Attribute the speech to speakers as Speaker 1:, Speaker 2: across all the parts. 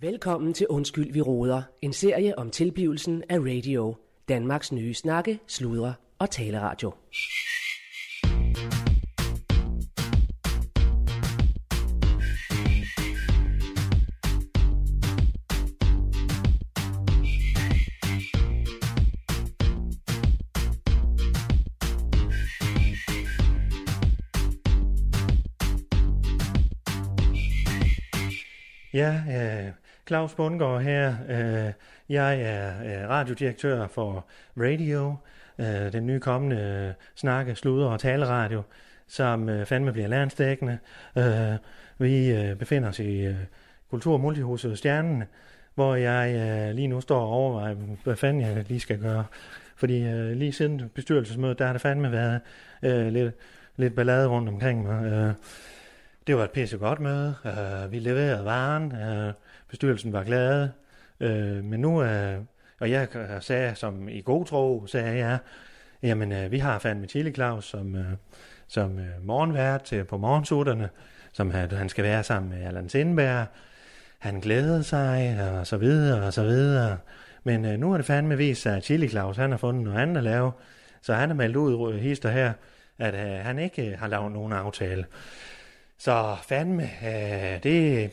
Speaker 1: Velkommen til Undskyld, vi råder. En serie om tilblivelsen af radio. Danmarks nye snakke, sludre og taleradio.
Speaker 2: Ja, øh, Claus Bundgaard her. Øh, jeg er øh, radiodirektør for Radio, øh, den nye kommende øh, snakke, sluder og taleradio, som øh, fandme bliver landsdækkende. Øh, vi øh, befinder os i øh, Kultur- og Multihuset Stjernen, hvor jeg øh, lige nu står og overvejer, hvad fanden jeg lige skal gøre. Fordi øh, lige siden bestyrelsesmødet, der har det fandme været øh, lidt, lidt ballade rundt omkring mig. Øh, det var et pisse godt møde. Uh, vi leverede varen. Uh, bestyrelsen var glad. Uh, men nu, uh, og jeg øh, sagde som i god tro, sagde jeg, jamen uh, vi har fandme Chili Claus som, uh, som uh, morgenvært til, på morgensutterne, som han, han skal være sammen med Allan Sindberg. Han glædede sig, og så videre, og så videre. Men uh, nu har det fandme vist sig, at Chili Claus, han har fundet noget andet at lave. Så han har meldt ud, øh, hister her, at uh, han ikke øh, har lavet nogen aftale. Så fandme, øh, det,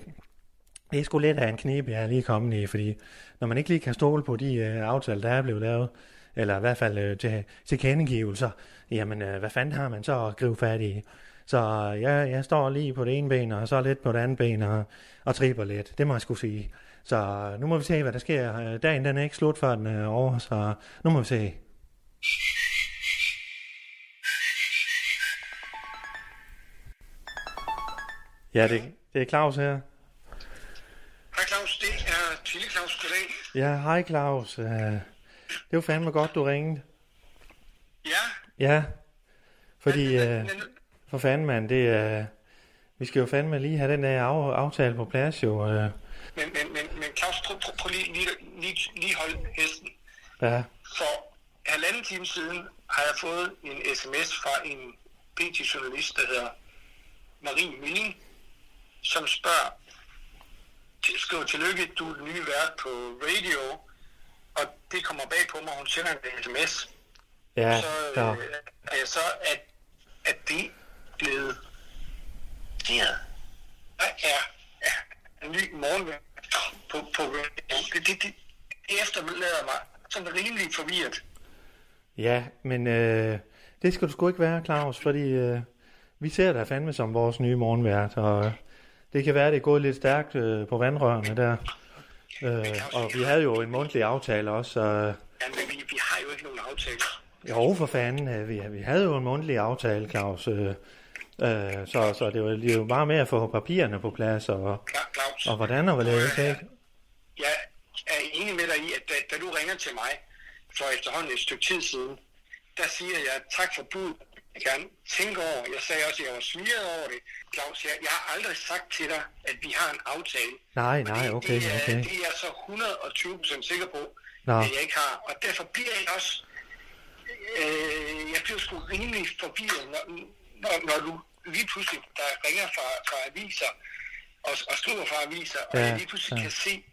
Speaker 2: det er sgu lidt af en knep, jeg er lige kommet i, fordi når man ikke lige kan stole på de øh, aftaler, der er blevet lavet, eller i hvert fald øh, til, til kendegivelser, jamen øh, hvad fanden har man så at gribe fat i? Så øh, jeg, jeg står lige på det ene ben, og så lidt på det andet ben, og, og tripper lidt, det må jeg skulle sige. Så øh, nu må vi se, hvad der sker. Øh, Dagen den er ikke slut, før den er over, så nu må vi se. Ja, det, det er Claus her.
Speaker 3: Hej Claus, det er Tille Claus. Goddag.
Speaker 2: Ja, hej Claus. Øh, Det var fandme godt, du ringede.
Speaker 3: Ja,
Speaker 2: Ja, fordi
Speaker 3: men,
Speaker 2: øh,
Speaker 3: men,
Speaker 2: for fanden mand, det er... Øh, vi skal jo fandme lige have den der af, aftale på plads jo. Øh,
Speaker 3: men, men, men, men Claus, prøv, prøv, prøv lige, lige, lige, lige hold hesten.
Speaker 2: ja,
Speaker 3: For halvanden time siden har jeg fået en sms fra en PT-journalist, der hedder Marie Milling, som spørger, til- skriver tillykke, du er den nye vært på radio, og det kommer bag på mig, hun sender en sms.
Speaker 2: ja,
Speaker 3: så
Speaker 2: så,
Speaker 3: øh, er jeg så, at, at det blevet vurderet. Der er, er en ny morgenvært på, på det, det, det, det efterlader mig sådan rimelig forvirret.
Speaker 2: ja, men øh, det skal du sgu ikke være, Claus, fordi øh, vi ser dig fandme som vores nye morgenvært, og øh, det kan være, det er gået lidt stærkt øh, på vandrørene der. Øh, og vi havde jo en mundtlig aftale også, så... Øh,
Speaker 3: Ja, men vi, vi har jo ikke nogen aftale.
Speaker 2: Jo, for fanden. øh, Vi, vi havde jo en mundtlig aftale, Claus. øh, øh, Så, så det var det er jo bare med at få papirerne på plads, og,
Speaker 3: Kla- Claus,
Speaker 2: og hvordan og hvorledes, ikke?
Speaker 3: jeg er enig med dig i, at da, da du ringer til mig for efterhånden et stykke tid siden, der siger jeg tak for bud. Jeg kan tænke over, jeg sagde også, at jeg var smiret over det. Claus, jeg, jeg har aldrig sagt til dig, at vi har en aftale.
Speaker 2: Nej,
Speaker 3: Og
Speaker 2: nej,
Speaker 3: det-
Speaker 2: okay,
Speaker 3: det, er-
Speaker 2: okay.
Speaker 3: Det er jeg så 120% sikker på,
Speaker 2: Nå.
Speaker 3: at jeg ikke har. Og derfor bliver jeg også... Øh, jeg bliver sgu rimelig forvirret, når, når, når du lige pludselig der ringer fra, fra aviser og, og skriver fra aviser, og
Speaker 2: Ja,
Speaker 3: jeg lige pludselig
Speaker 2: ja.
Speaker 3: ja. kan se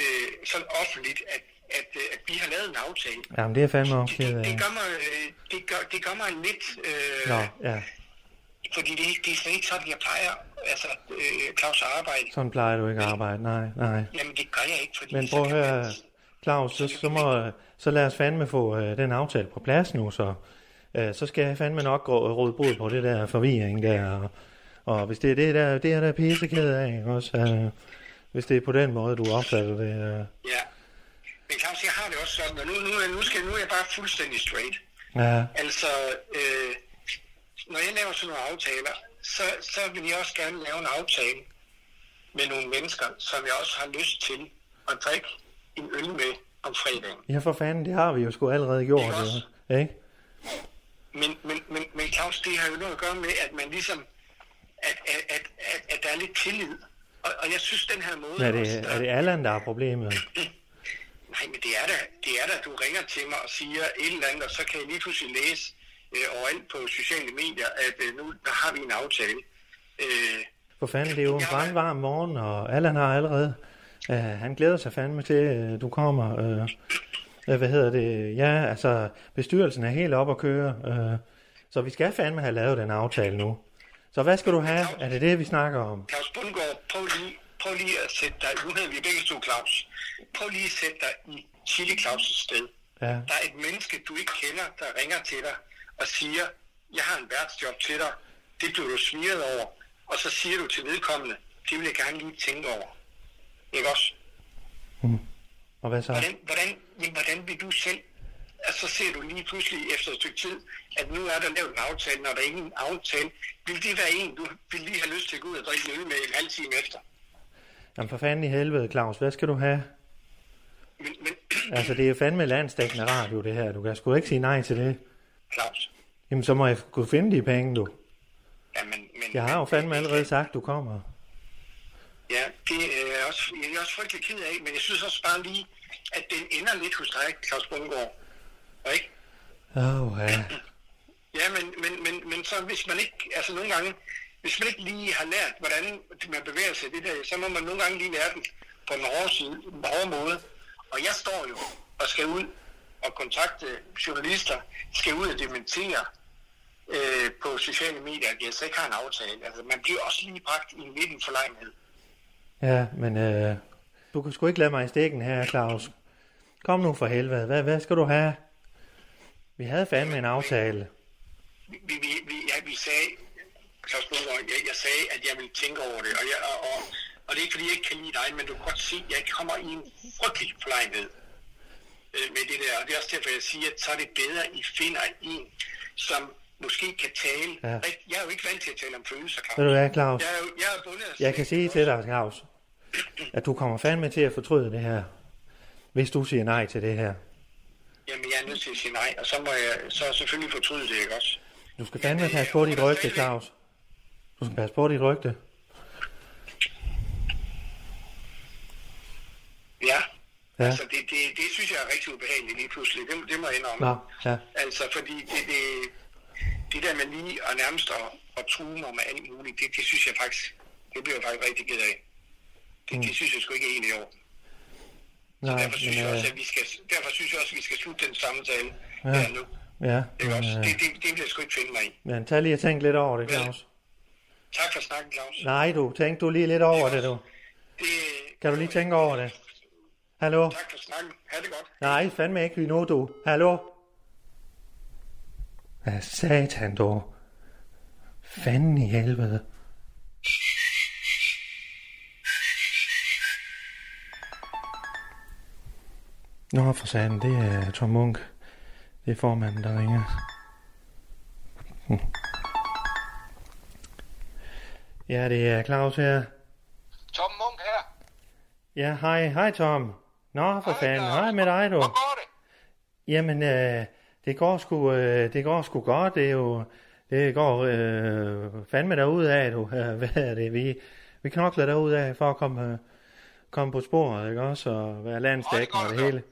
Speaker 3: øh, sådan offentligt, at, at, øh, at vi har lavet en aftale.
Speaker 2: Jamen, det er fandme også
Speaker 3: Det,
Speaker 2: ked
Speaker 3: det,
Speaker 2: af.
Speaker 3: det, gør mig, øh, det, gør, det gør mig lidt... Øh,
Speaker 2: Nå, ja.
Speaker 3: Fordi det, er ikke- det er slet ikke sådan, jeg plejer, altså øh, Claus' arbejde.
Speaker 2: Sådan plejer du ikke at arbejde. Nej, nej.
Speaker 3: Jamen, det gør jeg ikke, fordi...
Speaker 2: Men
Speaker 3: så
Speaker 2: prøv at
Speaker 3: kan
Speaker 2: høre,
Speaker 3: man-
Speaker 2: Claus, så, så, må, så lad os fandme få øh, den aftale på plads nu, så, øh, så skal jeg fandme nok gå- råde bod på det der forvirring der, og, og hvis det er det der, det er der pisseked af, ikke også, øh, hvis det er på den måde, du opfatter det, øh,
Speaker 3: Ja. Men Claus, jeg har det også sådan, og nu, nu, nu, skal, nu er jeg bare fuldstændig straight.
Speaker 2: ja.
Speaker 3: Altså, øh, når jeg laver sådan nogle aftaler, så, så vil jeg også gerne lave en aftale med nogle mennesker, som jeg også har lyst til at drikke en øl med om fredagen.
Speaker 2: Ja, for fanden, det har vi jo sgu allerede gjort,
Speaker 3: Ikke også?
Speaker 2: jo. Ikke?
Speaker 3: Men, men, men, men Claus, det har jo noget at gøre med, at man ligesom, at, at, at, at, at der er lidt tillid. Og, og jeg synes, den her måde...
Speaker 2: Men er
Speaker 3: også,
Speaker 2: det,
Speaker 3: der-
Speaker 2: er det Allan, der er problemet?
Speaker 3: Nej, men det er da, det er da, du ringer til mig og siger et eller andet, og så kan jeg lige pludselig læse øh, overalt på sociale medier, at øh, nu der har vi en aftale. Øh,
Speaker 2: For fanden, det er jo en
Speaker 3: Ja, men-
Speaker 2: brandvarm morgen, og Allan har allerede Uh, han glæder sig fandme til, uh, du kommer. Uh, uh, hvad hedder det? Ja, altså, bestyrelsen er helt op at køre. Uh, så vi skal fandme have lavet den aftale nu. Så hvad skal du have? Er det det, vi snakker om?
Speaker 3: Claus Bundgaard, prøv lige, prøv lige at sætte dig, nu hedder vi begge to Claus, prøv lige at sætte dig i Chili Claus' sted.
Speaker 2: Ja,
Speaker 3: Der er et menneske, du ikke kender, der ringer til dig og siger, jeg har en værtsjob til dig, det bliver du smiret over, og så siger du til vedkommende, det vil jeg gerne lige tænke over. Ikke også?
Speaker 2: og hvad så?
Speaker 3: Hvordan, hvordan, men hvordan vil du selv, altså så ser du lige pludselig efter et stykke tid, at nu er der lavet en aftale, når der ikke er en aftale. Vil det være en, du vil lige have lyst til at gå ud og drikke en øl med en halv time efter?
Speaker 2: Jamen for fanden i helvede, Claus, hvad skal du have?
Speaker 3: Men, men
Speaker 2: Altså, det er fandme landstækkende radio, det her. Du kan sgu ikke sige nej til det.
Speaker 3: Claus,
Speaker 2: Jamen, så må jeg kunne finde de penge, du.
Speaker 3: ja, men, men,
Speaker 2: Jeg har jo fandme allerede sagt, du kommer.
Speaker 3: Ja, det øh, er jeg også, jeg er også frygtelig ked af, men jeg synes også bare lige, at den ender lidt hos dig, Claus Bundgaard. Ikke?
Speaker 2: Åh, oh, ja.
Speaker 3: Ja, men, men, men, men så hvis man ikke, altså nogle gange, hvis man ikke lige har lært, hvordan man bevæger sig i det der, så må man nogle gange lige lære den på en hård, side, en hård måde. Og jeg står jo og skal ud og kontakte journalister, skal ud og dementere øh, på sociale medier, at jeg så ikke har en aftale. Altså man bliver også lige bragt i en liten forlegenhed.
Speaker 2: Ja, men øh, du kan sgu ikke lade mig i stikken her, Claus. Kom nu for helvede. Hvad, hvad skal du have? Vi havde fandme en aftale.
Speaker 3: vi, vi, vi, ja, vi sagde, Claus Bundgaard, jeg, jeg sagde, at jeg ville tænke over det, og, jeg, og, og, og det er ikke, fordi jeg ikke kan lide dig, men du kan godt se, at jeg kommer i en frygtelig forlegenhed øh, med det der, og det er også derfor, jeg siger, at så er det bedre, at I finder en, som måske kan tale.
Speaker 2: Ja.
Speaker 3: Ja. Jeg er jo ikke vant til at tale om følelser, Claus.
Speaker 2: Ved du hvad, Claus?
Speaker 3: Jeg er jo jeg er bundet af
Speaker 2: Jeg kan sige til dig, Claus, at du kommer fandme til at fortryde det her, hvis du siger nej til det her.
Speaker 3: Jamen, jeg er nødt til at sige nej, og så må jeg så selvfølgelig fortryde det, ikke også?
Speaker 2: Du skal fandme passe på dit rygte, Claus. Du skal passe på dit rygte.
Speaker 3: Ja.
Speaker 2: Ja.
Speaker 3: ja. Altså, det, det, det synes jeg er rigtig ubehageligt lige pludselig. Det, det må jeg indrømme.
Speaker 2: Nå, ja.
Speaker 3: Altså, fordi det, det, det der med lige og nærmest at, at true mig med alt muligt, det, det synes jeg faktisk, det bliver jeg faktisk rigtig ked af. Det, mm. det synes jeg sgu ikke er egentlig over.
Speaker 2: Nej,
Speaker 3: Derfor synes,
Speaker 2: men,
Speaker 3: jeg
Speaker 2: øh,
Speaker 3: også, at vi skal, derfor synes jeg også, at vi skal slutte den samtale
Speaker 2: Ja.
Speaker 3: ja. her nu.
Speaker 2: ja,
Speaker 3: Ikke også?
Speaker 2: men, øh,
Speaker 3: Det, det, det vil jeg sgu ikke finde mig i.
Speaker 2: men tag lige og tænk lidt over det,
Speaker 3: Ja.
Speaker 2: Claus.
Speaker 3: Tak for snakken, Claus.
Speaker 2: Nej, du, tænk du lige lidt over det, du.
Speaker 3: Det,
Speaker 2: Kan du lige tænke over det? Hallo?
Speaker 3: Tak for snakken. Ha' det godt.
Speaker 2: Nej, fandme ikke lige nu, du. Hallo? Hvad satan, du? Fanden i helvede. Nå, for satan, det er Tom Munk. Det er formanden, der ringer. Hm. Ja, det er Claus her.
Speaker 3: Tom Munk her.
Speaker 2: Ja, hej, hej Tom. Nå, for
Speaker 3: Hej,
Speaker 2: fanden,
Speaker 3: Claus.
Speaker 2: hej med dig, du.
Speaker 3: går det?
Speaker 2: Jamen, øh, det går sgu, øh, det går sgu godt. Det er jo, det går øh, fandme derud af, du. Øh, hvad er det? Vi, vi knokler derud af for at komme, øh, komme på sporet, ikke også? Og være landstækkende og
Speaker 3: Hold
Speaker 2: det
Speaker 3: da op.
Speaker 2: hele.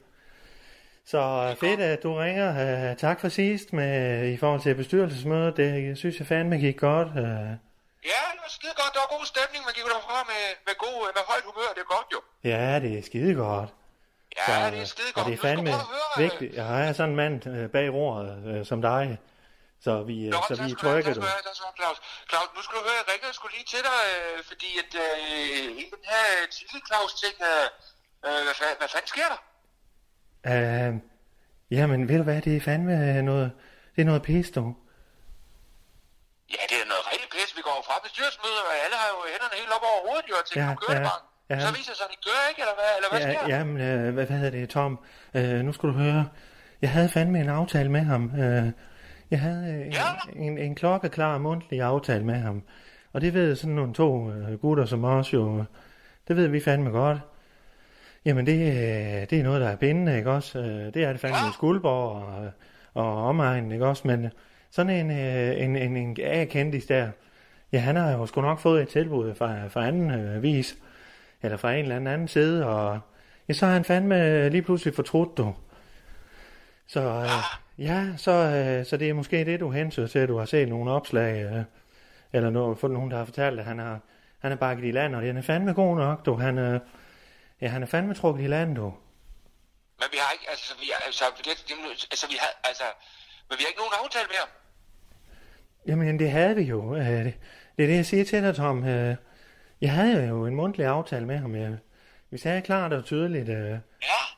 Speaker 2: Så øh, fedt, at du ringer. Øh, tak for sidst med, i forhold til bestyrelsesmødet. Det synes jeg fandme gik godt. Øh,
Speaker 4: Ja, det var skide godt. Der var god stemning. Man gik jo derfra med, med, god, med højt humør. Det er godt jo.
Speaker 2: ja, det er skide godt.
Speaker 4: Ja,
Speaker 2: Så,
Speaker 4: det er skide
Speaker 2: og
Speaker 4: godt.
Speaker 2: det er fandme
Speaker 4: du skal prøve at høre, øh,
Speaker 2: vigtigt. Jeg har sådan en mand øh, bag roret øh, som dig, så vi, øh,
Speaker 4: Nå,
Speaker 2: så vi
Speaker 4: tak skal du have,
Speaker 2: trykker du.
Speaker 4: tak skal du have, tak skal du have, Claus. Claus, nu skal du høre, jeg ringede skulle lige til dig, øh, fordi at øh, hele den her tidlig Claus ting, øh, øh, hvad, fa- hvad fanden sker der?
Speaker 2: Uh, jamen, ved du hvad, det er fandme øh, noget, det er noget pis, du.
Speaker 4: Ja, det er noget rigtig pis. Vi går jo fra bestyrelsesmøder, og alle har jo hænderne helt op over hovedet, jo, og tænker,
Speaker 2: Ja,
Speaker 4: ja, nu kører
Speaker 2: ja,
Speaker 4: det bare.
Speaker 2: ja.
Speaker 4: Ja. Så viser det sig, at det gør ikke, eller hvad, eller hvad ja, sker
Speaker 2: Ja,
Speaker 4: der?
Speaker 2: jamen, øh, hvad, hvad hedder det, Tom? Øh, nu skal du høre, jeg havde fandme en aftale med ham. Øh, jeg havde øh, en,
Speaker 4: Ja.
Speaker 2: en, en klokkeklar mundtlig aftale med ham. Og det ved sådan nogle to øh, gutter som os jo, øh, det ved vi fandme godt. Jamen, det, øh, det er noget, der er bindende, ikke også? Øh, det er det fandme i
Speaker 4: Ja.
Speaker 2: Skuldborg og, øh, og omegnen, ikke også? Men sådan en, øh, en, en, en A-kendis der, ja, han har jo sgu nok fået et tilbud fra, fra anden øh, vis, eller fra en eller anden anden side, og ja, så har han fandme lige pludselig fortrudt, du. Så øh, ja, så, øh, så det er måske det, du hensyder til, at du har set nogle opslag, øh, eller no, fået nogen, der har fortalt, at han har, han er bakket i land, og den er fandme god nok, du. Han, øh, Ja, han er fandme trukket i land, du.
Speaker 4: Men vi har ikke, altså, vi, har- altså, det, det, altså, vi har, altså, men vi har ikke nogen aftale med ham.
Speaker 2: Jamen, det havde vi jo. Øh, Det det er det, jeg siger til dig, Tom. Øh, Jeg havde jo en mundtlig aftale med ham. Jeg- Vi sagde klart og tydeligt, øh,
Speaker 4: Ja,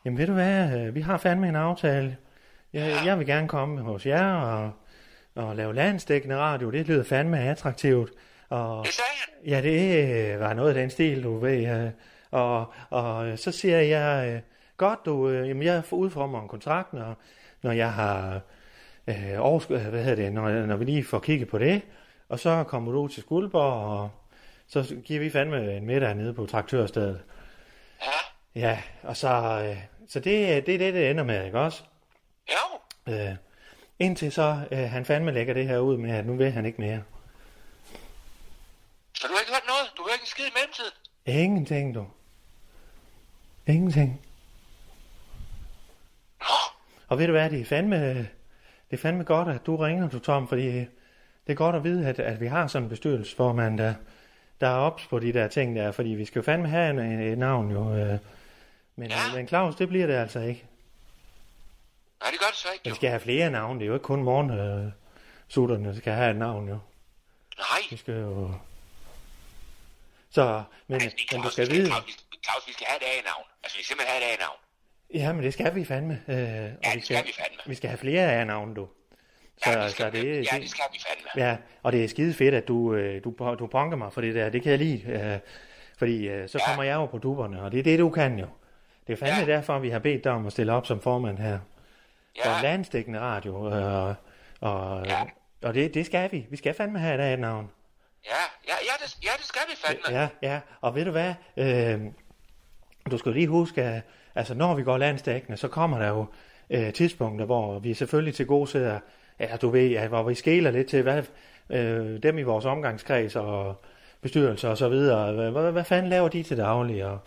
Speaker 2: jamen ved du hvad, øh, vi har fandme en aftale. Jeg, jeg vil gerne komme hos jer og, og lave landsdækkende radio. Det lyder fandme attraktivt. Og
Speaker 4: det sagde han.
Speaker 2: Ja, det øh, var noget af den stil, du ved. øh. Og, og øh, så siger jeg, øh, godt du, øh, jamen jeg får- udformer en kontrakt, når, når jeg har øh, overskud, øh, hvad hedder det, når, når vi lige får kigget på det. Og så kommer du til Skuldborg, og så giver vi fandme en middag nede på traktørstedet.
Speaker 4: Ja,
Speaker 2: Ja, og så, øh, så det, det er det, det ender med, ikke også?
Speaker 4: jo.
Speaker 2: Øh, indtil så øh, han fandme lægger det her ud med, at nu vil han ikke mere.
Speaker 4: Så du har ikke hørt noget? Du har ikke en skid i mellemtiden?
Speaker 2: Ingenting, du. Ingenting.
Speaker 4: Nå,
Speaker 2: Og ved du hvad, det er fandme, det er fandme godt, at du ringer, du Tom, fordi det er godt at vide, at, at vi har sådan en bestyrelsesformand, der, der er ops på de der ting der, fordi vi skal jo fandme have en, en, et navn jo. Øh. Men,
Speaker 4: Ja.
Speaker 2: ja. men Claus, det bliver det altså ikke.
Speaker 4: nej, det gør det så ikke,
Speaker 2: Vi
Speaker 4: jo.
Speaker 2: skal have flere navne, det er jo ikke kun morgen, øh, sutterne skal have et navn jo.
Speaker 4: Nej,
Speaker 2: Vi skal jo... Så, men,
Speaker 4: altså, det er
Speaker 2: men du
Speaker 4: Claus,
Speaker 2: skal
Speaker 4: vi
Speaker 2: vide...
Speaker 4: Claus, vi- Claus, vi skal have et A-navn. Altså, vi skal simpelthen have et A-navn.
Speaker 2: Ja, men det skal vi fandme. Øh, og ja,
Speaker 4: det skal vi fandme.
Speaker 2: Vi skal have flere af navne, du. Så,
Speaker 4: Ja,
Speaker 2: ja,
Speaker 4: det
Speaker 2: så
Speaker 4: skal,
Speaker 2: det,
Speaker 4: vi- ja, det skal vi fandme.
Speaker 2: Ja, og det er skide fedt, at du, øh, du, du bonker mig for det der. Det kan jeg lide. Øh, fordi øh, så
Speaker 4: Ja.
Speaker 2: kommer jeg jo på duberne, og det er det, du kan jo. Det er fandme
Speaker 4: Ja.
Speaker 2: ja. derfor, vi har bedt dig om at stille op som formand her. For
Speaker 4: Ja,
Speaker 2: landstækkende radio. Øh, og
Speaker 4: Ja.
Speaker 2: og det, det skal vi. Vi skal fandme have et af et navn.
Speaker 4: ja, ja, ja, det, ja, det skal vi fandme.
Speaker 2: Ja, ja. Og ved du hvad? Øh, du skal jo lige huske, at altså, når vi går landstækkende, så kommer der jo øh, tidspunkter, hvor vi selvfølgelig til gode sidder, ja, du ved, ja, hvor vi skæler lidt til, hvad øh, dem i vores omgangskreds og bestyrelser og så videre, hvad, hvad, hvad fanden laver de til daglig? Og,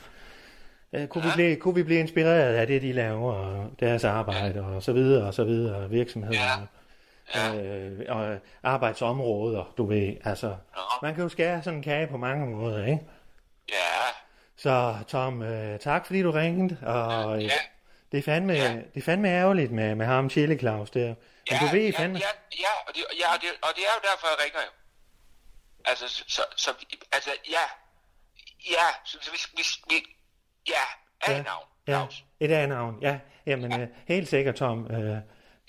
Speaker 2: øh, kunne, vi blive, kunne vi blive inspireret af det, de laver, og deres arbejde og så videre og så videre, virksomheder?
Speaker 4: Ja.
Speaker 2: Øh, og arbejdsområder, du ved, altså, man kan jo skære sådan en kage på mange måder, ikke?
Speaker 4: Ja,
Speaker 2: Så Tom, øh, tak fordi du ringede, og øh,
Speaker 4: ja.
Speaker 2: det, er fandme,
Speaker 4: Ja.
Speaker 2: det er fandme ærgerligt med, med ham Chile Claus der. Men
Speaker 4: Ja,
Speaker 2: du ved
Speaker 4: ja,
Speaker 2: fandme,
Speaker 4: Ja, ja, og, det, ja og, det, og det er jo derfor, jeg ringer jo. Altså, så, så, så vi- altså, ja. Ja, så, så vi, vi, vi, ja, er ja, navn.
Speaker 2: ja,
Speaker 4: Claus.
Speaker 2: et andet navn, ja. Jamen, øh, helt sikkert Tom. Øh,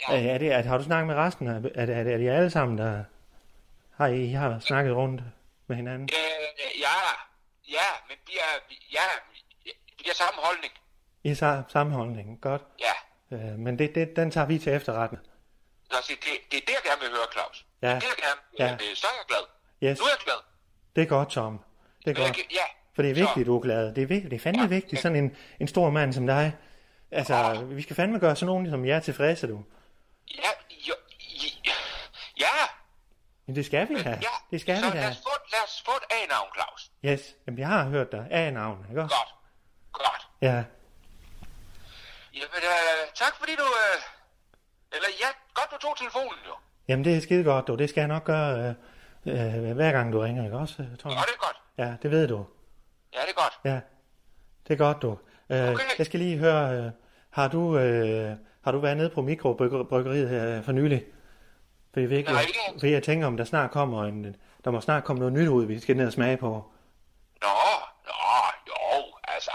Speaker 2: ja. er det, er, har du snakket med resten? af- Er, det- er, det- er de alle sammen, der har I, I har snakket rundt med hinanden?
Speaker 4: Øh, ja, ja, men vi er, vi- ja, vi- vi har samme holdning.
Speaker 2: I har sammenholdningen, godt.
Speaker 4: Ja,
Speaker 2: Øh, men det, det, den tager vi til efterretning.
Speaker 4: Nå, se, det, det er det, jeg gerne vil høre, Claus.
Speaker 2: Ja.
Speaker 4: Det er det, jeg gerne vil
Speaker 2: Ja.
Speaker 4: høre. Ja. Så er jeg glad.
Speaker 2: Yes,
Speaker 4: Nu er jeg glad.
Speaker 2: det er godt, Tom. Det er
Speaker 4: Men jeg
Speaker 2: godt.
Speaker 4: kan- Ja,
Speaker 2: For det er
Speaker 4: Så-
Speaker 2: vigtigt, du er glad. Det er, vigtigt, det er fandme
Speaker 4: Ja.
Speaker 2: ja. vigtigt, sådan en, en stor mand som dig. Altså,
Speaker 4: Ja.
Speaker 2: vi skal fandme gøre sådan nogen, som jeg er tilfredse, du.
Speaker 4: ja, jo, i- ja,
Speaker 2: Men det skal vi da.
Speaker 4: ja.
Speaker 2: Det skal
Speaker 4: så
Speaker 2: vi
Speaker 4: lad
Speaker 2: da.
Speaker 4: os få, lad os få et A-navn, Claus.
Speaker 2: Yes, Jamen, jeg har hørt dig. Af navn, ikke også?
Speaker 4: Godt. Godt.
Speaker 2: Ja.
Speaker 4: Jamen, øh, tak fordi du... Øh, eller ja, godt du tog telefonen, jo.
Speaker 2: Jamen, det er skide godt, du. Det skal jeg nok gøre, øh, øh, hver gang du ringer, ikke også, øh, Tom?
Speaker 4: Ja, det er godt.
Speaker 2: Ja, det ved du.
Speaker 4: Ja, det er godt.
Speaker 2: Ja, det er godt, du. Øh,
Speaker 4: Okay.
Speaker 2: Jeg skal lige høre, øh, har du, øh, har du været nede på mikrobryggeriet her for nylig? For jeg, ved ikke,
Speaker 4: Nej,
Speaker 2: jeg,
Speaker 4: ikke.
Speaker 2: fordi jeg tænker, om der snart kommer en, der må snart komme noget nyt ud, vi skal ned og smage på.
Speaker 4: Nå, nå, jo, altså.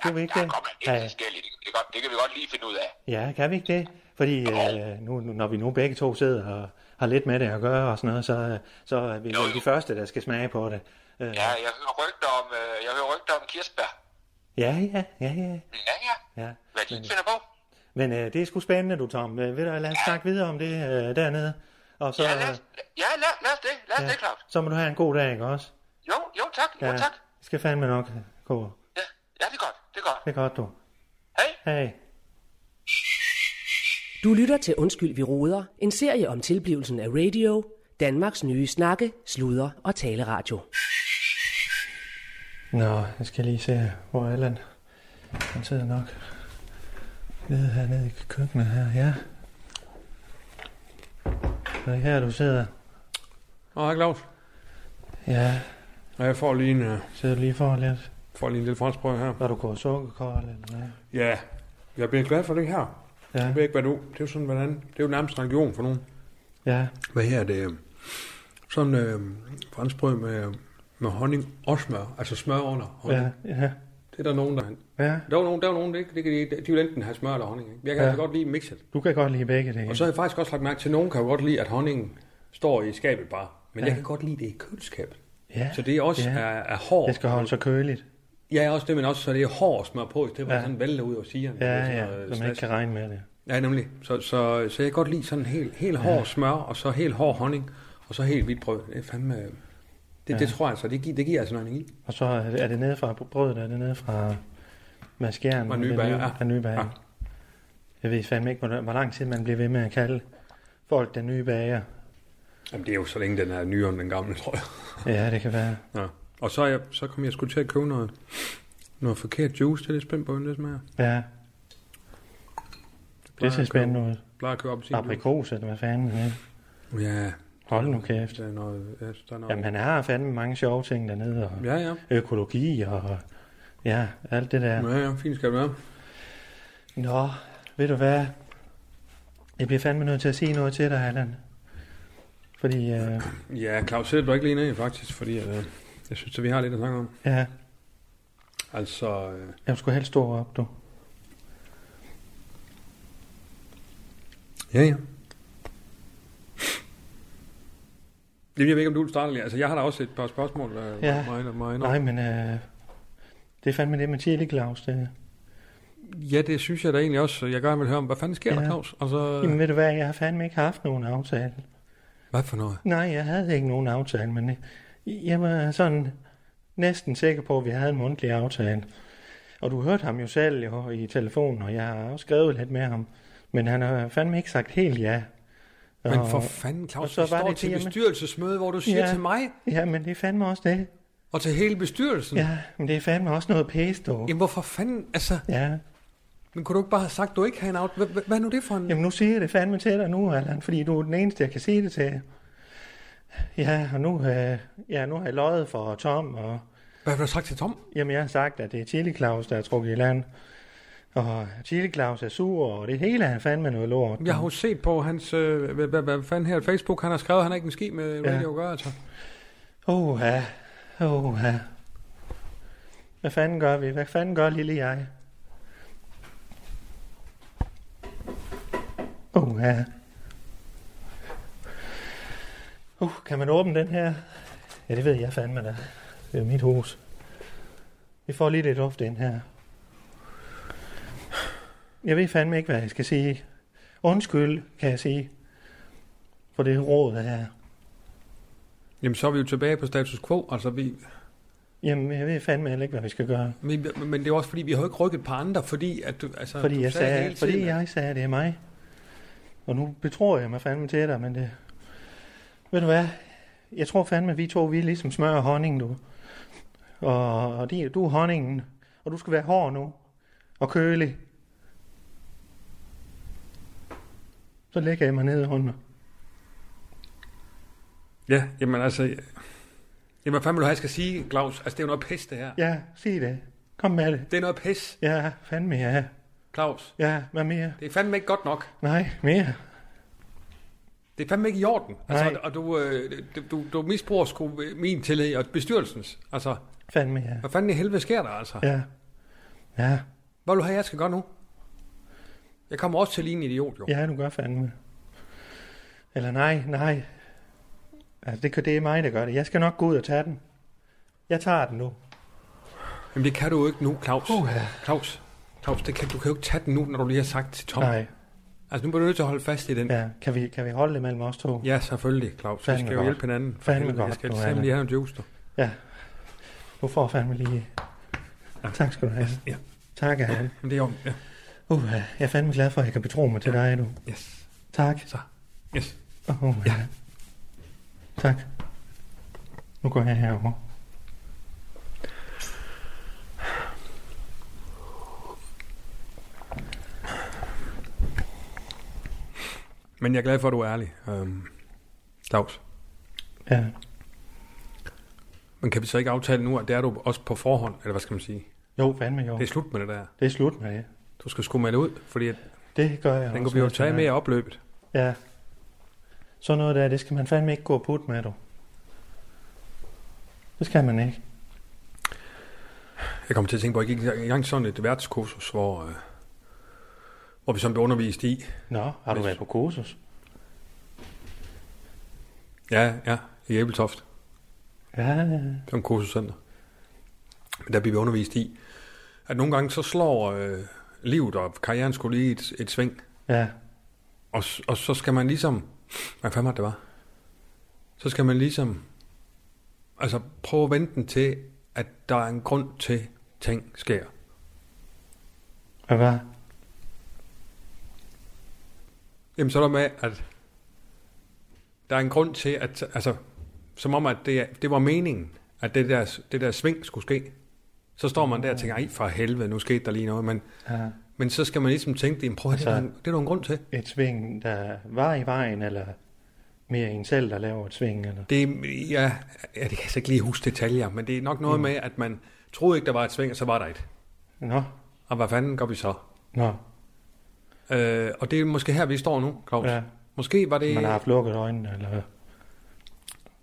Speaker 2: Skulle vi ikke øh,
Speaker 4: der
Speaker 2: det?
Speaker 4: kommer lidt
Speaker 2: Ja.
Speaker 4: forskelligt. Det, det, er godt, det kan vi godt lige finde ud af.
Speaker 2: Ja, kan vi ikke det? Fordi øh, nu, nu- når vi nu begge to sidder og har lidt med det at gøre og sådan noget, så, øh, så er vi
Speaker 4: Jo,
Speaker 2: jo
Speaker 4: jo.
Speaker 2: de første, der skal smage på det. Øh,
Speaker 4: Ja, jeg hører rygter om, øh, jeg hører rygter om kirsebær.
Speaker 2: ja, ja, ja, ja.
Speaker 4: Ja, ja.
Speaker 2: ja.
Speaker 4: Hvad de finder på?
Speaker 2: Men øh, det er sgu spændende, du Tom. Øh, ved du, hvad, lad os snakke videre om det øh, dernede. Og så,
Speaker 4: Ja, lad os, ja, lad, lad os det. Lad os
Speaker 2: øh,
Speaker 4: det, Claus.
Speaker 2: så må du have en god dag, ikke også?
Speaker 4: Jo, jo, tak. Jo, tak.
Speaker 2: det skal fandme nok øh, gå.
Speaker 4: Ja, ja, det er godt. Det er godt.
Speaker 2: Det er godt, du.
Speaker 4: Hej.
Speaker 2: Hej.
Speaker 1: Du lytter til Undskyld, vi roder, en serie om tilblivelsen af radio, Danmarks nye snakke, sludre og taleradio.
Speaker 2: Nå, jeg skal lige se, hvor Allan han sidder nok. Nede her nede i køkkenet her, ja. Er det her, du sidder?
Speaker 5: Nå, hej Claus.
Speaker 2: Ja,
Speaker 5: Og jeg får lige en uh,
Speaker 2: sidder du lige for lidt.
Speaker 5: får lige en lille franskprøve her.
Speaker 2: Var du gået sukkerkold eller hvad?
Speaker 5: Ja, jeg bliver glad for det her.
Speaker 2: Ja.
Speaker 5: Ja. Jeg ved ikke, hvad du... Det er jo sådan, hvordan... Det er jo nærmest religion for nogen.
Speaker 2: Ja,
Speaker 5: Hvad her er det? øh, Sådan øh, franskbrød med, med honning og smør. Altså smør under honning.
Speaker 2: ja,
Speaker 5: Ja.
Speaker 2: ja,
Speaker 5: Det er der nogen, der...
Speaker 2: ja.
Speaker 5: Der er jo nogen, der er jo nogen, der ikke... Det kan de, de vil enten have smør eller honning. Ikke? Jeg kan
Speaker 2: Ja.
Speaker 5: ja. altså godt lide mixet.
Speaker 2: Du kan godt lide begge dele.
Speaker 5: Og så har jeg faktisk også lagt mærke til, at nogen kan jo godt lide, at honningen står i skabet bare. Men
Speaker 2: Ja.
Speaker 5: ja. jeg kan godt lide det i køleskabet.
Speaker 2: ja,
Speaker 5: Så det er også ja. er, er hård.
Speaker 2: Det skal holde sig køligt.
Speaker 5: Ja, også det, men også så det er hård smør på, i stedet for
Speaker 2: Ja.
Speaker 5: ja. sådan vælge ud og siger.
Speaker 2: Ja, ja, så man ikke kan regne med det.
Speaker 5: Ja, nemlig. Så, så, så jeg kan godt lide sådan helt, helt hård ja. smør, og så helt hård honning, og så helt hvidt brød. Det er fandme... Det, ja. det tror jeg altså, det giver, det giver altså noget energi.
Speaker 2: Og så er det, er det nede fra brødet, er det nede fra maskeren?
Speaker 5: Fra Nybager, ja.
Speaker 2: Den nye bager.
Speaker 5: Ja.
Speaker 2: Jeg ved fandme ikke, hvor, hvor lang tid man bliver ved med at kalde folk den nye bager.
Speaker 5: Jamen, det er jo så længe den er nyere end den gamle, tror jeg.
Speaker 2: Ja, det kan være.
Speaker 5: Ja. Og så, er jeg, så kom jeg sgu til at købe noget, noget forkert juice. Det er lidt spændt på, hvordan det smager.
Speaker 2: Ja, det ser spændende ud.
Speaker 5: Jeg plejer at købe op til
Speaker 2: Aprikos, eller hvad fanden det er.
Speaker 5: Ja,
Speaker 2: Hold nu kæft.
Speaker 5: der er noget... Ja, der er noget.
Speaker 2: Jamen, han har fandme mange sjove ting dernede, og
Speaker 5: ja, ja.
Speaker 2: økologi, og ja, alt det der.
Speaker 5: Ja, ja, fint skal det være.
Speaker 2: Nå, ved du hvad? Jeg bliver fandme nødt til at sige noget til dig, Allan. Fordi, øh,
Speaker 5: Ja, Claus, sætter du ikke lige ned, faktisk, fordi at, øh, jeg synes, at vi har lidt at snakke om.
Speaker 2: ja,
Speaker 5: Altså, øh,
Speaker 2: jeg skulle helst stå op, du.
Speaker 5: Ja, ja. Jamen, jeg ved ikke, om du vil starte lige. Altså, jeg har da også et par spørgsmål. Øh,
Speaker 2: Ja.
Speaker 5: ja. Mig, mig,
Speaker 2: Nej, men øh, det er fandme det, man siger lige, Claus. Det.
Speaker 5: Ja, det synes jeg da egentlig også. Jeg gerne vil høre om, hvad fanden sker ja.
Speaker 2: Ja.
Speaker 5: der, Claus? Altså,
Speaker 2: Jamen, ved du hvad, jeg har fandme ikke haft nogen aftale.
Speaker 5: hvad for noget?
Speaker 2: Nej, jeg havde ikke nogen aftale, men øh, jeg var sådan næsten sikker på, at vi havde en mundtlig aftale. Og du hørte ham jo selv jo, i telefonen, og jeg har også skrevet lidt med ham. Men han har fandme ikke sagt helt ja.
Speaker 5: Men for
Speaker 2: Og-
Speaker 5: fanden,
Speaker 2: og
Speaker 5: Claus,
Speaker 2: så
Speaker 5: vi
Speaker 2: var
Speaker 5: står
Speaker 2: det
Speaker 5: til
Speaker 2: det, jamen-
Speaker 5: bestyrelsesmøde, hvor du siger
Speaker 2: Ja.
Speaker 5: ja. til mig
Speaker 2: Ja, men det er fandme også det.
Speaker 5: og til hele bestyrelsen. Ja.
Speaker 2: Ja, men det er fandme også noget pæst, dog.
Speaker 5: Mm. Jamen, hvorfor fanden? Altså,
Speaker 2: Ja,
Speaker 5: men kunne du ikke bare have sagt, du ikke har en out? Hvad- Hvad hvad er nu det for en...
Speaker 2: jamen nu siger jeg det fandme til dig nu, Allan, fordi du er den eneste, jeg kan sige det til. Ja, og nu, øh, ja, nu har jeg løjet for Tom, og
Speaker 5: Hvad har du sagt til Tom?
Speaker 2: jamen, jeg har sagt, at det er Chili Claus, der er trukket i land. Og Chili Claus er sur, og det hele er fandme noget lort.
Speaker 5: Jeg har jo set på hans, øh, hvad, hvad, hvad fanden her, Facebook, han har skrevet, han er ikke en ski med
Speaker 2: Ja.
Speaker 5: radio at gøre, altså.
Speaker 2: Åh, ja. Åh, ja. Hvad fanden gør vi? Hvad fanden gør lille jeg? Åh, ja. Uh, kan man åbne den her? Ja, det ved jeg fandme da. Det er mit hus. Vi får lige lidt luft ind her. Jeg ved fandme ikke, hvad jeg skal sige. Undskyld, kan jeg sige. For det råd her.
Speaker 5: Jamen, så er vi jo tilbage på status quo. Altså, vi,
Speaker 2: Jamen, jeg ved fandme heller ikke, hvad vi skal gøre.
Speaker 5: Men, men det er også fordi, vi har jo ikke rykket et par andre, fordi at du, altså,
Speaker 2: Fordi
Speaker 5: du
Speaker 2: jeg,
Speaker 5: det
Speaker 2: sagde,
Speaker 5: hele
Speaker 2: fordi
Speaker 5: tiden.
Speaker 2: jeg sagde, at det er mig. Og nu betror jeg mig fandme til dig, men det... Ved du hvad? Jeg tror fandme, at vi to, vi er ligesom smør og honning, du. Og, og det, du er honningen. Og du skal være hård nu. Og kølig. Så lægger jeg mig ned under.
Speaker 5: Ja, jamen altså... Jamen, hvad fanden vil du have, jeg skal sige, Claus? Altså, det er jo noget pis, det her. Ja.
Speaker 2: Ja, sig det. Kom med det.
Speaker 5: Det er noget pis,
Speaker 2: Ja, fandme ja.
Speaker 5: Claus.
Speaker 2: Ja, hvad mere?
Speaker 5: Det er fandme ikke godt nok.
Speaker 2: Nej, mere.
Speaker 5: Det er fandme ikke i orden. Altså,
Speaker 2: Nej.
Speaker 5: og- og du, øh, du, du, du misbruger sgu øh, min tillid og bestyrelsens. Altså,
Speaker 2: Fandme ja.
Speaker 5: hvad fanden i helvede sker der, altså? Ja.
Speaker 2: Ja. Ja.
Speaker 5: Hvad vil du have, jeg skal gøre nu? Jeg kommer også til at ligne en idiot, jo.
Speaker 2: Ja, du gør fandme. Eller nej, nej. Altså, det, kan- det er mig, der gør det. Jeg skal nok gå ud og tage den. Jeg tager den nu.
Speaker 5: Jamen, det kan du jo ikke nu, Claus.
Speaker 2: Uha.
Speaker 5: Claus, Claus det kan, du kan jo ikke tage den nu, når du lige har sagt til Tom.
Speaker 2: Nej,
Speaker 5: Altså, nu bliver du nødt til at holde fast i den.
Speaker 2: ja. Kan vi, kan vi holde det mellem os to?
Speaker 5: Ja, selvfølgelig, Claus. Vi
Speaker 2: Fandme
Speaker 5: skal jo
Speaker 2: godt.
Speaker 5: hjælpe hinanden. For
Speaker 2: Fandme
Speaker 5: helvede,
Speaker 2: godt,
Speaker 5: Jeg skal
Speaker 2: du er
Speaker 5: simpelthen
Speaker 2: det.
Speaker 5: lige have en juice, du.
Speaker 2: ja. Du får fandme lige... Tak skal du have.
Speaker 5: Ja.
Speaker 2: Tak, Allan.
Speaker 5: Men det er om. Ja.
Speaker 2: Uh, jeg er fandme glad for, at jeg kan betro mig til dig, du.
Speaker 5: Yes.
Speaker 2: Tak.
Speaker 5: Så. Yes.
Speaker 2: Oh, ja. Tak. Nu går jeg herover.
Speaker 5: Men jeg er glad for, at du er ærlig, øhm, Claus.
Speaker 2: Ja.
Speaker 5: Men kan vi så ikke aftale nu, at det er du også på forhånd, eller hvad skal man sige?
Speaker 2: Jo, fandme jo.
Speaker 5: Det er slut med det der.
Speaker 2: Det er slut med det.
Speaker 5: Du skal sgu melde ud, fordi at
Speaker 2: Det gør jeg
Speaker 5: den kunne
Speaker 2: også
Speaker 5: blive
Speaker 2: næste
Speaker 5: taget
Speaker 2: gang.
Speaker 5: med i opløbet.
Speaker 2: Ja. Sådan noget der, det skal man fandme ikke gå og putte med, du. Det skal man ikke.
Speaker 5: Jeg kommer til at tænke på, at jeg gik engang sådan et værtskursus, hvor, øh, hvor vi sådan blev undervist i.
Speaker 2: Nå, har du
Speaker 5: Hvis-
Speaker 2: været på kursus?
Speaker 5: Ja, ja, i Æbeltoft.
Speaker 2: Ja, ja.
Speaker 5: Det var en kursuscenter. Men der blev vi undervist i, at nogle gange så slår øh, livet og karrieren skulle lige et, et sving.
Speaker 2: ja.
Speaker 5: Og, s- og så skal man ligesom... Hvad fanden var det, det, var? Så skal man ligesom... Altså prøve at vente den til, at der er en grund til, ting sker.
Speaker 2: Og hvad?
Speaker 5: Jamen så er der med, at der er en grund til, at... Altså, som om, at det, er- det var meningen, at det der, det der sving skulle ske. Så står man der og tænker, ej for helvede, nu skete der lige noget. Men,
Speaker 2: Ja. Altså-
Speaker 5: men så skal man ligesom tænke, jamen, prøv, at høre, det, er der en, det er der en grund til.
Speaker 2: Et sving, der var i vejen, eller mere en selv, der laver et sving, eller?
Speaker 5: Det, er- ja, ja, det kan jeg så ikke lige huske detaljer, men det er nok noget mm. med, at man troede ikke, der var et sving, og så var der et.
Speaker 2: Nå,
Speaker 5: Og hvad fanden gør vi så?
Speaker 2: nå.
Speaker 5: Øh, og det er måske her, vi står nu, Claus. Ja.
Speaker 2: Ja.
Speaker 5: Måske var det...
Speaker 2: Man har haft lukket øjnene, eller hvad?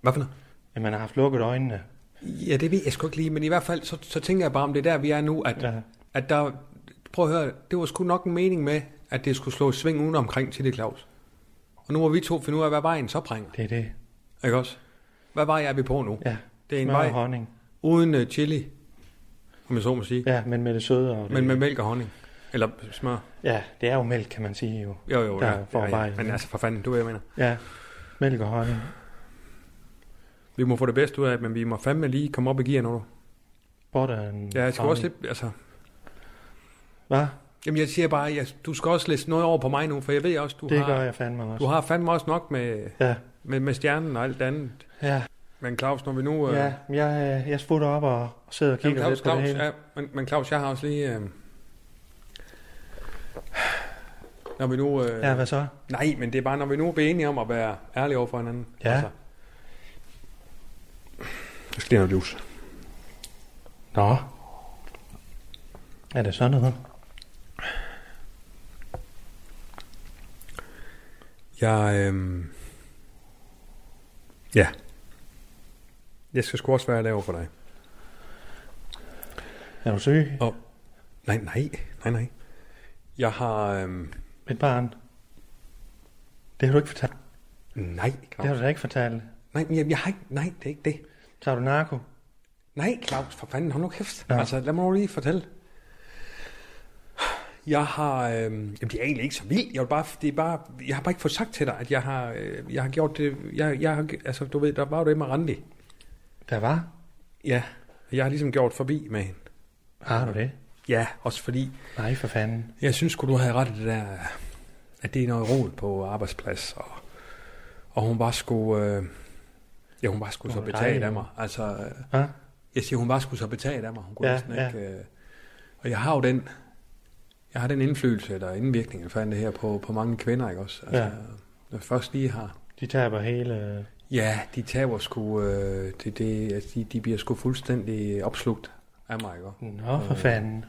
Speaker 5: Hvad for noget?
Speaker 2: Ja, man har haft lukket øjnene.
Speaker 5: Ja, det ved jeg sgu ikke lige, men i hvert fald, så, så tænker jeg bare, om det er der, vi er nu, at, ja.
Speaker 2: Ja.
Speaker 5: at der... Prøv at høre, det var sgu nok en mening med, at det skulle slå et sving uden omkring til det, Claus. Og nu må vi to finde ud af, hvad vejen så bringer.
Speaker 2: Det er det.
Speaker 5: Ikke også? Hvad vej er vi på nu?
Speaker 2: Ja.
Speaker 5: Det er en
Speaker 2: Smør og
Speaker 5: vej
Speaker 2: honning.
Speaker 5: uden øh, chili, om jeg så må sige. Ja.
Speaker 2: Ja, men med det søde og det...
Speaker 5: Men med mælk og honning. Eller smør.
Speaker 2: Ja, det er jo mælk, kan man sige jo.
Speaker 5: Jo, jo,
Speaker 2: Der
Speaker 5: ja,
Speaker 2: er forarbejdet.
Speaker 5: Men altså, for fanden, du ved, hvad jeg mener.
Speaker 2: Ja, mælk og honning.
Speaker 5: Vi må få det bedste ud af det, men vi må fandme lige komme op i gear nu. du.
Speaker 2: Butteren.
Speaker 5: Ja, jeg skal også lidt, altså...
Speaker 2: Hvad?
Speaker 5: Jamen, jeg siger bare, jeg, du skal også læse noget over på mig nu, for jeg ved også, du
Speaker 2: Det
Speaker 5: har...
Speaker 2: gør jeg fandme også.
Speaker 5: Du har fandme også nok med,
Speaker 2: Ja,
Speaker 5: med, med stjernen og alt det andet.
Speaker 2: ja,
Speaker 5: Men Claus, når vi nu... øh,
Speaker 2: ja. Jeg, øh, jeg sputter op og og sidder og
Speaker 5: jamen,
Speaker 2: kigger
Speaker 5: Claus,
Speaker 2: lidt på det
Speaker 5: Claus,
Speaker 2: hele.
Speaker 5: ja, men, men Claus, jeg har også lige... Øh, når vi nu... Øh,
Speaker 2: Ja, hvad så?
Speaker 5: Nej, men det er bare, når vi nu bliver enige om at være ærlige over for hinanden. Altså.
Speaker 2: Ja.
Speaker 5: Jeg skal lige have noget juice.
Speaker 2: Nå. Er det sådan noget?
Speaker 5: Jeg, øhm... Ja. Jeg skal sgu også være ærlig over for dig.
Speaker 2: Er du syg?
Speaker 5: Og... Nej, nej, nej, nej. Jeg har... Øhm...
Speaker 2: Et barn? Det har du ikke fortalt.
Speaker 5: Nej,
Speaker 2: Det har
Speaker 5: Claus.
Speaker 2: du da ikke fortalt.
Speaker 5: Nej, men jeg, jeg har ikke... Nej, det er ikke det.
Speaker 2: Tager du narko?
Speaker 5: Nej, Claus, for fanden, hold nu kæft. Ja.
Speaker 2: Ja.
Speaker 5: Altså, lad mig nu lige fortælle. Jeg har... Øh, jamen, det er egentlig ikke så vildt. Jeg, vil bare, det er bare, jeg har bare ikke fået sagt til dig, at jeg har, øh, jeg har gjort det... Jeg, jeg har, g- altså, du ved, der var jo det med Randi.
Speaker 2: Der var?
Speaker 5: Ja, jeg har ligesom gjort forbi med hende.
Speaker 2: Har du det?
Speaker 5: Ja, også fordi,
Speaker 2: Nej, for fanden.
Speaker 5: jeg synes sgu, du havde ret i det der, at det er noget rod på arbejdsplads, og, og hun var sgu, øh, ja, hun var sgu så
Speaker 2: Hun er
Speaker 5: betalt af
Speaker 2: dejlig.
Speaker 5: mig. Altså, øh,
Speaker 2: Hvad?
Speaker 5: Jeg siger, hun var sgu så betalt af mig. Hun kunne ja,
Speaker 2: Ja,
Speaker 5: næsten ja.
Speaker 2: ja.
Speaker 5: ikke... Øh, og jeg har jo den, jeg har den indflydelse eller indvirkning, jeg fandt det her på, på mange kvinder, ikke også? Altså,
Speaker 2: Ja.
Speaker 5: Når først lige har...
Speaker 2: De taber hele... øh,
Speaker 5: Ja, de taber sgu... Øh, det, det, altså, de, de bliver sgu fuldstændig opslugt af mig, ikke? også?
Speaker 2: Nå,
Speaker 5: Øh.
Speaker 2: for fanden.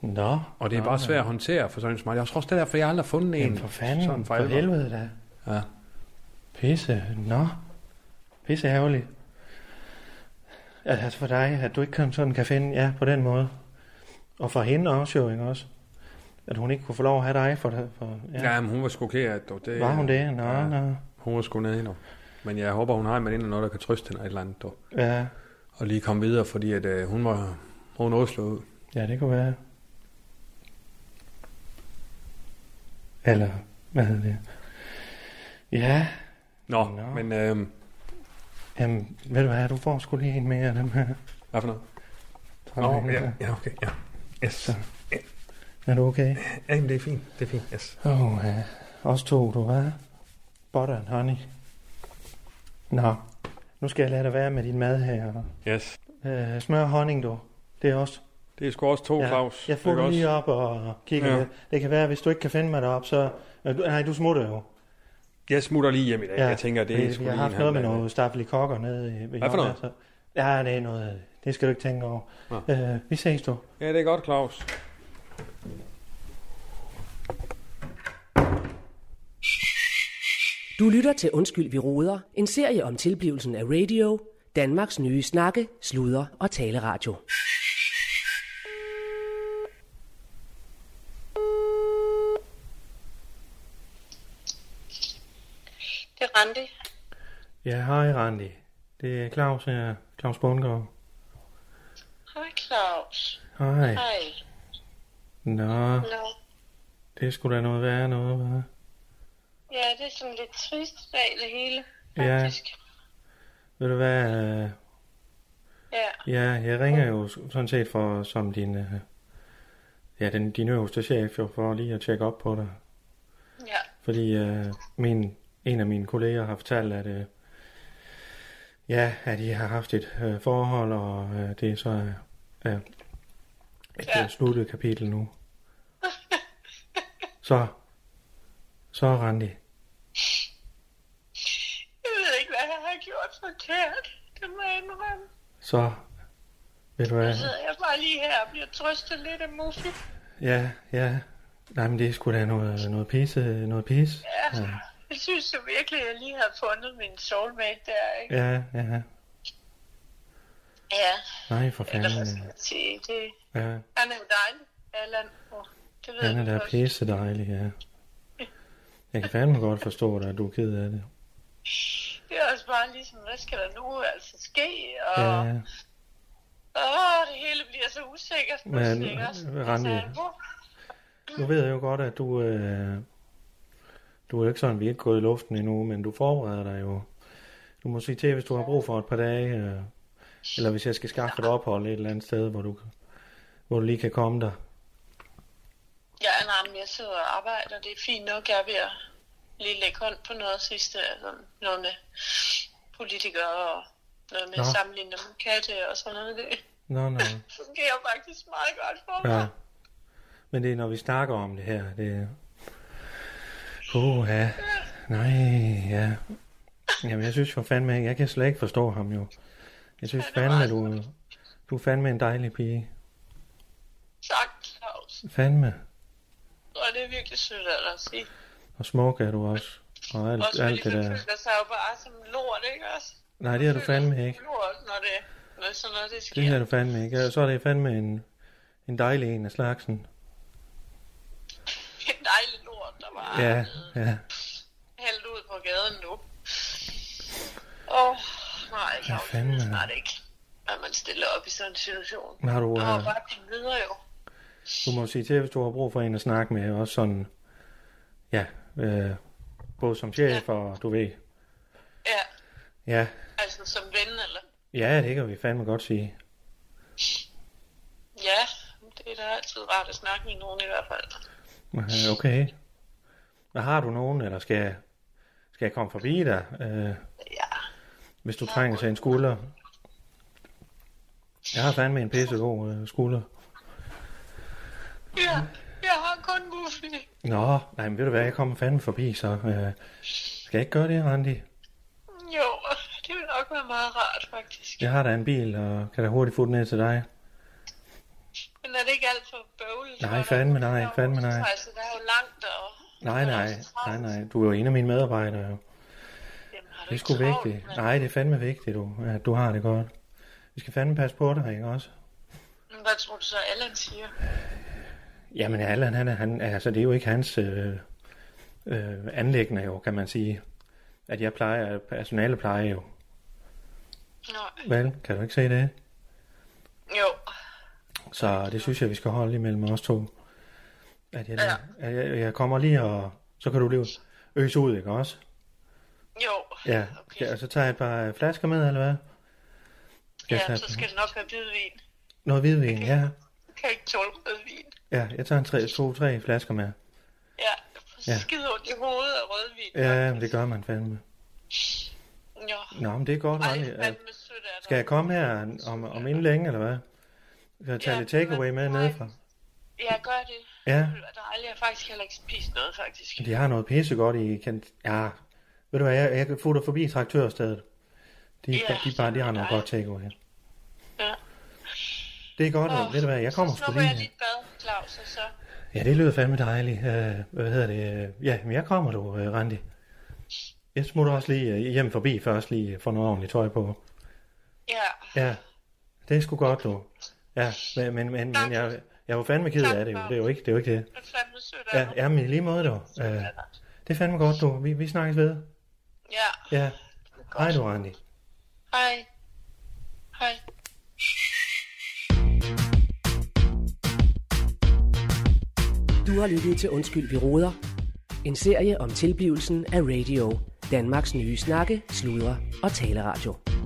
Speaker 2: Nå.
Speaker 5: Og det er
Speaker 2: nå,
Speaker 5: bare
Speaker 2: nå.
Speaker 5: svært at håndtere for sådan en smart. Jeg tror også, det er derfor, jeg aldrig har fundet en
Speaker 2: Jamen for fanden,
Speaker 5: sådan
Speaker 2: for
Speaker 5: fejl.
Speaker 2: helvede da.
Speaker 5: Ja.
Speaker 2: Pisse, nå. Pisse ærgerligt. Altså for dig, at du ikke kom sådan kan finde, ja, på den måde. Og for hende også jo, ikke også? At hun ikke kunne få lov at have dig for det. For,
Speaker 5: Ja. ja, men hun var sgu ked af det. det
Speaker 2: Var hun det? Nå,
Speaker 5: ja.
Speaker 2: ja. nå.
Speaker 5: Hun var sgu nede endnu. Men jeg håber, hun har en veninde, eller noget, der kan trøste hende eller et eller andet. dog.
Speaker 2: Ja.
Speaker 5: Og lige komme videre, fordi at, øh, hun var hun var slået ud.
Speaker 2: ja, det kunne være. Eller, hvad hedder det? Ja,
Speaker 5: Nå,
Speaker 2: Nå.
Speaker 5: men øh,
Speaker 2: jamen, ved du hvad, du får sgu lige en mere af dem her.
Speaker 5: hvad for noget?
Speaker 2: Sådan her.
Speaker 5: ja, okay, ja. Yes.
Speaker 2: Er du okay?
Speaker 5: Ja, jamen, det er fint, det er fint, yes.
Speaker 2: Åh, oh, ja. Også to, du var. Butter and honey. Nå, nu skal jeg lade dig være med din mad her.
Speaker 5: Yes.
Speaker 2: Øh, smør og honning, du. Det er også.
Speaker 5: Det er sgu også to, Claus.
Speaker 2: jeg får
Speaker 5: Ikke
Speaker 2: den lige
Speaker 5: også?
Speaker 2: op og kigger.
Speaker 5: Ja.
Speaker 2: Ja. Det kan være, hvis du ikke kan finde mig derop, så... Øh, du- Nej, du smutter jo.
Speaker 5: Jeg smutter lige hjem i dag. Ja. Jeg tænker, det er
Speaker 2: fordi
Speaker 5: sgu
Speaker 2: Vi har
Speaker 5: lige
Speaker 2: haft
Speaker 5: en
Speaker 2: noget med
Speaker 5: halv dag.
Speaker 2: noget staffelig kokker nede i... ved
Speaker 5: Hvad for
Speaker 2: hjørnet,
Speaker 5: noget?
Speaker 2: Så Ja, det er noget, det skal du ikke tænke over.
Speaker 5: Nå.
Speaker 2: Øh, vi ses du.
Speaker 5: Ja, det er godt, Claus.
Speaker 1: Du lytter til Undskyld, vi roder, en serie om tilblivelsen af radio, Danmarks nye snakke, sludre og taleradio.
Speaker 6: Det er Randi.
Speaker 2: Ja, hej Randi. Det er Claus her. Claus Bundgaard.
Speaker 6: Hej Claus.
Speaker 2: Hej.
Speaker 6: Hej.
Speaker 2: Nå,
Speaker 6: Nå.
Speaker 2: det skulle da noget værre noget, hva'?
Speaker 6: Ja, det er sådan lidt trist dag det hele,
Speaker 2: Ja.
Speaker 6: faktisk.
Speaker 2: Ved du hvad? øh,
Speaker 6: Ja.
Speaker 2: Ja, jeg ringer jo sådan set for, som din, øh, ja, den, din øverste chef jo, for lige at tjekke op på dig.
Speaker 6: Ja.
Speaker 2: Fordi øh, min, en af mine kolleger har fortalt, at, øh, ja, at I har haft et øh, forhold, og øh, det er så øh, øh, et
Speaker 6: Ja.
Speaker 2: ja. sluttet kapitel nu. så, så Randi.
Speaker 6: Jeg ved ikke, hvad jeg har gjort forkert. Det må jeg indrømme.
Speaker 2: Så, ved du
Speaker 6: Nu
Speaker 2: hvad?
Speaker 6: sidder jeg bare lige her og bliver trøstet lidt af Muffy.
Speaker 2: Ja, ja. Nej, men det er sgu da noget, noget pisse, noget pis.
Speaker 6: Ja. Jeg synes jo virkelig, at jeg lige har fundet min soulmate der, ikke?
Speaker 2: Ja, ja.
Speaker 6: Ja.
Speaker 2: Nej, for
Speaker 6: Eller hvad
Speaker 2: fanden.
Speaker 6: skal jeg sige? Det...
Speaker 2: Ja,
Speaker 6: Han er jo dejlig, Allan. Oh, det ved
Speaker 2: han er
Speaker 6: du
Speaker 2: da
Speaker 6: godt.
Speaker 2: pisse dejlig, ja. Jeg kan fandme godt forstå dig, at du er ked af det.
Speaker 6: Det er også bare ligesom, hvad skal der nu altså ske? Og...
Speaker 2: Ja, ja.
Speaker 6: Åh, det hele bliver så usikkert.
Speaker 2: Men,
Speaker 6: pludselig, ikke også?
Speaker 2: øh, Randi-
Speaker 6: Altså, hvor-
Speaker 2: Nu ved jeg jo godt, at du... Øh, du er jo ikke sådan, vi er ikke gået i luften endnu, men du forbereder dig jo. Du må sige til, hvis du har brug for et par dage, øh, eller hvis jeg skal skaffe et ophold et eller andet sted, hvor du, hvor du lige kan komme der.
Speaker 6: Ja, nej, men jeg sidder og arbejder. Det er fint nok, jeg er ved at lige lægge hånd på noget sidste. Altså, noget med politikere og noget med
Speaker 2: Nå.
Speaker 6: sammenligning med katte og sådan noget. Det
Speaker 2: Nå, nå.
Speaker 6: fungerer faktisk meget godt for mig.
Speaker 2: Ja. Men det er, når vi snakker om det her, det er... Uh, ja. Nej, ja. Jamen, jeg synes jo fandme, jeg kan slet ikke forstå ham jo. Jeg synes
Speaker 6: Ja, det er
Speaker 2: fandme, du, du er fandme en dejlig pige.
Speaker 6: Tak, Claus.
Speaker 2: Fandme.
Speaker 6: Og det er virkelig sødt af dig at sige.
Speaker 2: Og smuk er du også. Og alt,
Speaker 6: Også
Speaker 2: alt
Speaker 6: fordi
Speaker 2: det
Speaker 6: man
Speaker 2: der.
Speaker 6: føler sig jo bare som lort, ikke også?
Speaker 2: Nej, det er du fandme ikke.
Speaker 6: Lort, når det, når sådan noget, det sker.
Speaker 2: Det er du fandme ikke. Og Så er det fandme en, en dejlig en af slagsen.
Speaker 6: en dejlig lort, der bare
Speaker 2: Ja, ja.
Speaker 6: hældt ud på gaden nu. Åh, oh, nej, jeg
Speaker 2: fanden,
Speaker 6: ved
Speaker 2: mand?
Speaker 6: snart ikke, hvad man stiller op i sådan en situation.
Speaker 2: Har du,
Speaker 6: Nå,
Speaker 2: øh,
Speaker 6: bare komme videre jo.
Speaker 2: Du må sige til, hvis du har brug for en at snakke med, også sådan, ja, øh, både som chef og du ved,
Speaker 6: Ja,
Speaker 2: ja,
Speaker 6: altså som ven, eller?
Speaker 2: ja, det kan vi fandme godt sige.
Speaker 6: Ja, det er da altid rart at snakke med nogen i hvert fald.
Speaker 2: Øh, Okay. Hvad har du nogen, eller skal jeg, skal jeg komme forbi dig, øh,
Speaker 6: Ja,
Speaker 2: hvis du trænger til en skulder? Jeg har fandme en pissegod øh, skulder.
Speaker 6: ja jeg har kun Muffy.
Speaker 2: Nå, nej, men ved du hvad, jeg kommer fandme forbi, så øh, skal jeg ikke gøre det, Randi?
Speaker 6: Jo, det vil nok være meget rart, faktisk.
Speaker 2: Jeg har da en bil, og kan da hurtigt få den ned til dig.
Speaker 6: Men er det ikke alt for bøvlet?
Speaker 2: Nej, fandme nej, fandme nej.
Speaker 6: Altså, der er jo langt og...
Speaker 2: Nej,
Speaker 6: der er
Speaker 2: nej,
Speaker 6: også travlt.
Speaker 2: nej, nej, du er jo en af mine medarbejdere jo.
Speaker 6: Jamen, har du
Speaker 2: Det er
Speaker 6: ikke
Speaker 2: sgu
Speaker 6: travlt,
Speaker 2: vigtigt.
Speaker 6: mand?
Speaker 2: Nej, det er fandme vigtigt, du, at du har det godt. Vi skal fandme passe på dig, ikke også?
Speaker 6: Hvad tror du så, Allan siger?
Speaker 2: Jamen, Allan, han, er- han, altså, det er jo ikke hans øh, øh, anlæggende, jo, kan man sige. At jeg plejer, personale plejer jo.
Speaker 6: Nå,
Speaker 2: Vel, kan du ikke se det?
Speaker 6: jo.
Speaker 2: Så det synes jeg, vi skal holde imellem os to. At jeg,
Speaker 6: Ja.
Speaker 2: at jeg, jeg kommer lige, og så kan du lige øse ud, ikke også?
Speaker 6: Jo.
Speaker 2: Ja,
Speaker 6: Okay.
Speaker 2: ja og så tager jeg et par flasker med, eller hvad? Skal jeg
Speaker 6: Ja,
Speaker 2: tage
Speaker 6: så skal det nok være hvidvin.
Speaker 2: Noget hvidvin, ja.
Speaker 6: Jeg kan ikke tåle rødvin.
Speaker 2: Ja, jeg tager en tre, to, tre flasker med.
Speaker 6: Ja, jeg får
Speaker 2: Ja.
Speaker 6: skide ondt i hovedet af rødvin.
Speaker 2: Ja, men det gør man fandme.
Speaker 6: Jo.
Speaker 2: Nå, men det er godt,
Speaker 6: Ej,
Speaker 2: Randi. Øh,
Speaker 6: fandme sødt er
Speaker 2: Skal jeg komme her om, om inden længe, eller hvad? Skal jeg tage
Speaker 6: Ja,
Speaker 2: lidt takeaway med
Speaker 6: nej.
Speaker 2: nedefra?
Speaker 6: Jeg gør det.
Speaker 2: Ja.
Speaker 6: Det ville være dejligt. Jeg har faktisk heller ikke spist noget, faktisk.
Speaker 2: De har noget pisse godt i kant. Ja, ved du hvad, jeg, jeg kan få dig forbi traktørstedet. De,
Speaker 6: Ja.
Speaker 2: de, bare, de har noget godt takeaway.
Speaker 6: Ja.
Speaker 2: Det er godt,
Speaker 6: Åh,
Speaker 2: oh, ved du hvad, jeg kommer
Speaker 6: så
Speaker 2: sgu
Speaker 6: snupper jeg
Speaker 2: lige.
Speaker 6: dit bad, Claus, og så...
Speaker 2: Ja, det lyder fandme dejligt. Uh, hvad hedder det? øh, Ja, men jeg kommer du, uh, Randi. Jeg smutter også lige øh, hjem forbi først, lige for noget ordentligt tøj på.
Speaker 6: Ja,
Speaker 2: Ja, det er sgu godt, du. Ja, men, men, men, men jeg, jeg er jo fandme ked af det, jo. Det er jo ikke det. Er jo ikke det.
Speaker 6: det er fandme sødt af
Speaker 2: Ja,
Speaker 6: dig.
Speaker 2: ja, men i lige måde, du. Uh, det er fandme godt, du. Vi, vi snakkes ved.
Speaker 6: ja.
Speaker 2: Ja. Hej du, Randi.
Speaker 6: Hej. Hej.
Speaker 1: Du har lyttet til Undskyld, vi råder. En serie om tilblivelsen af radio. Danmarks nye snakke, sludre og taleradio.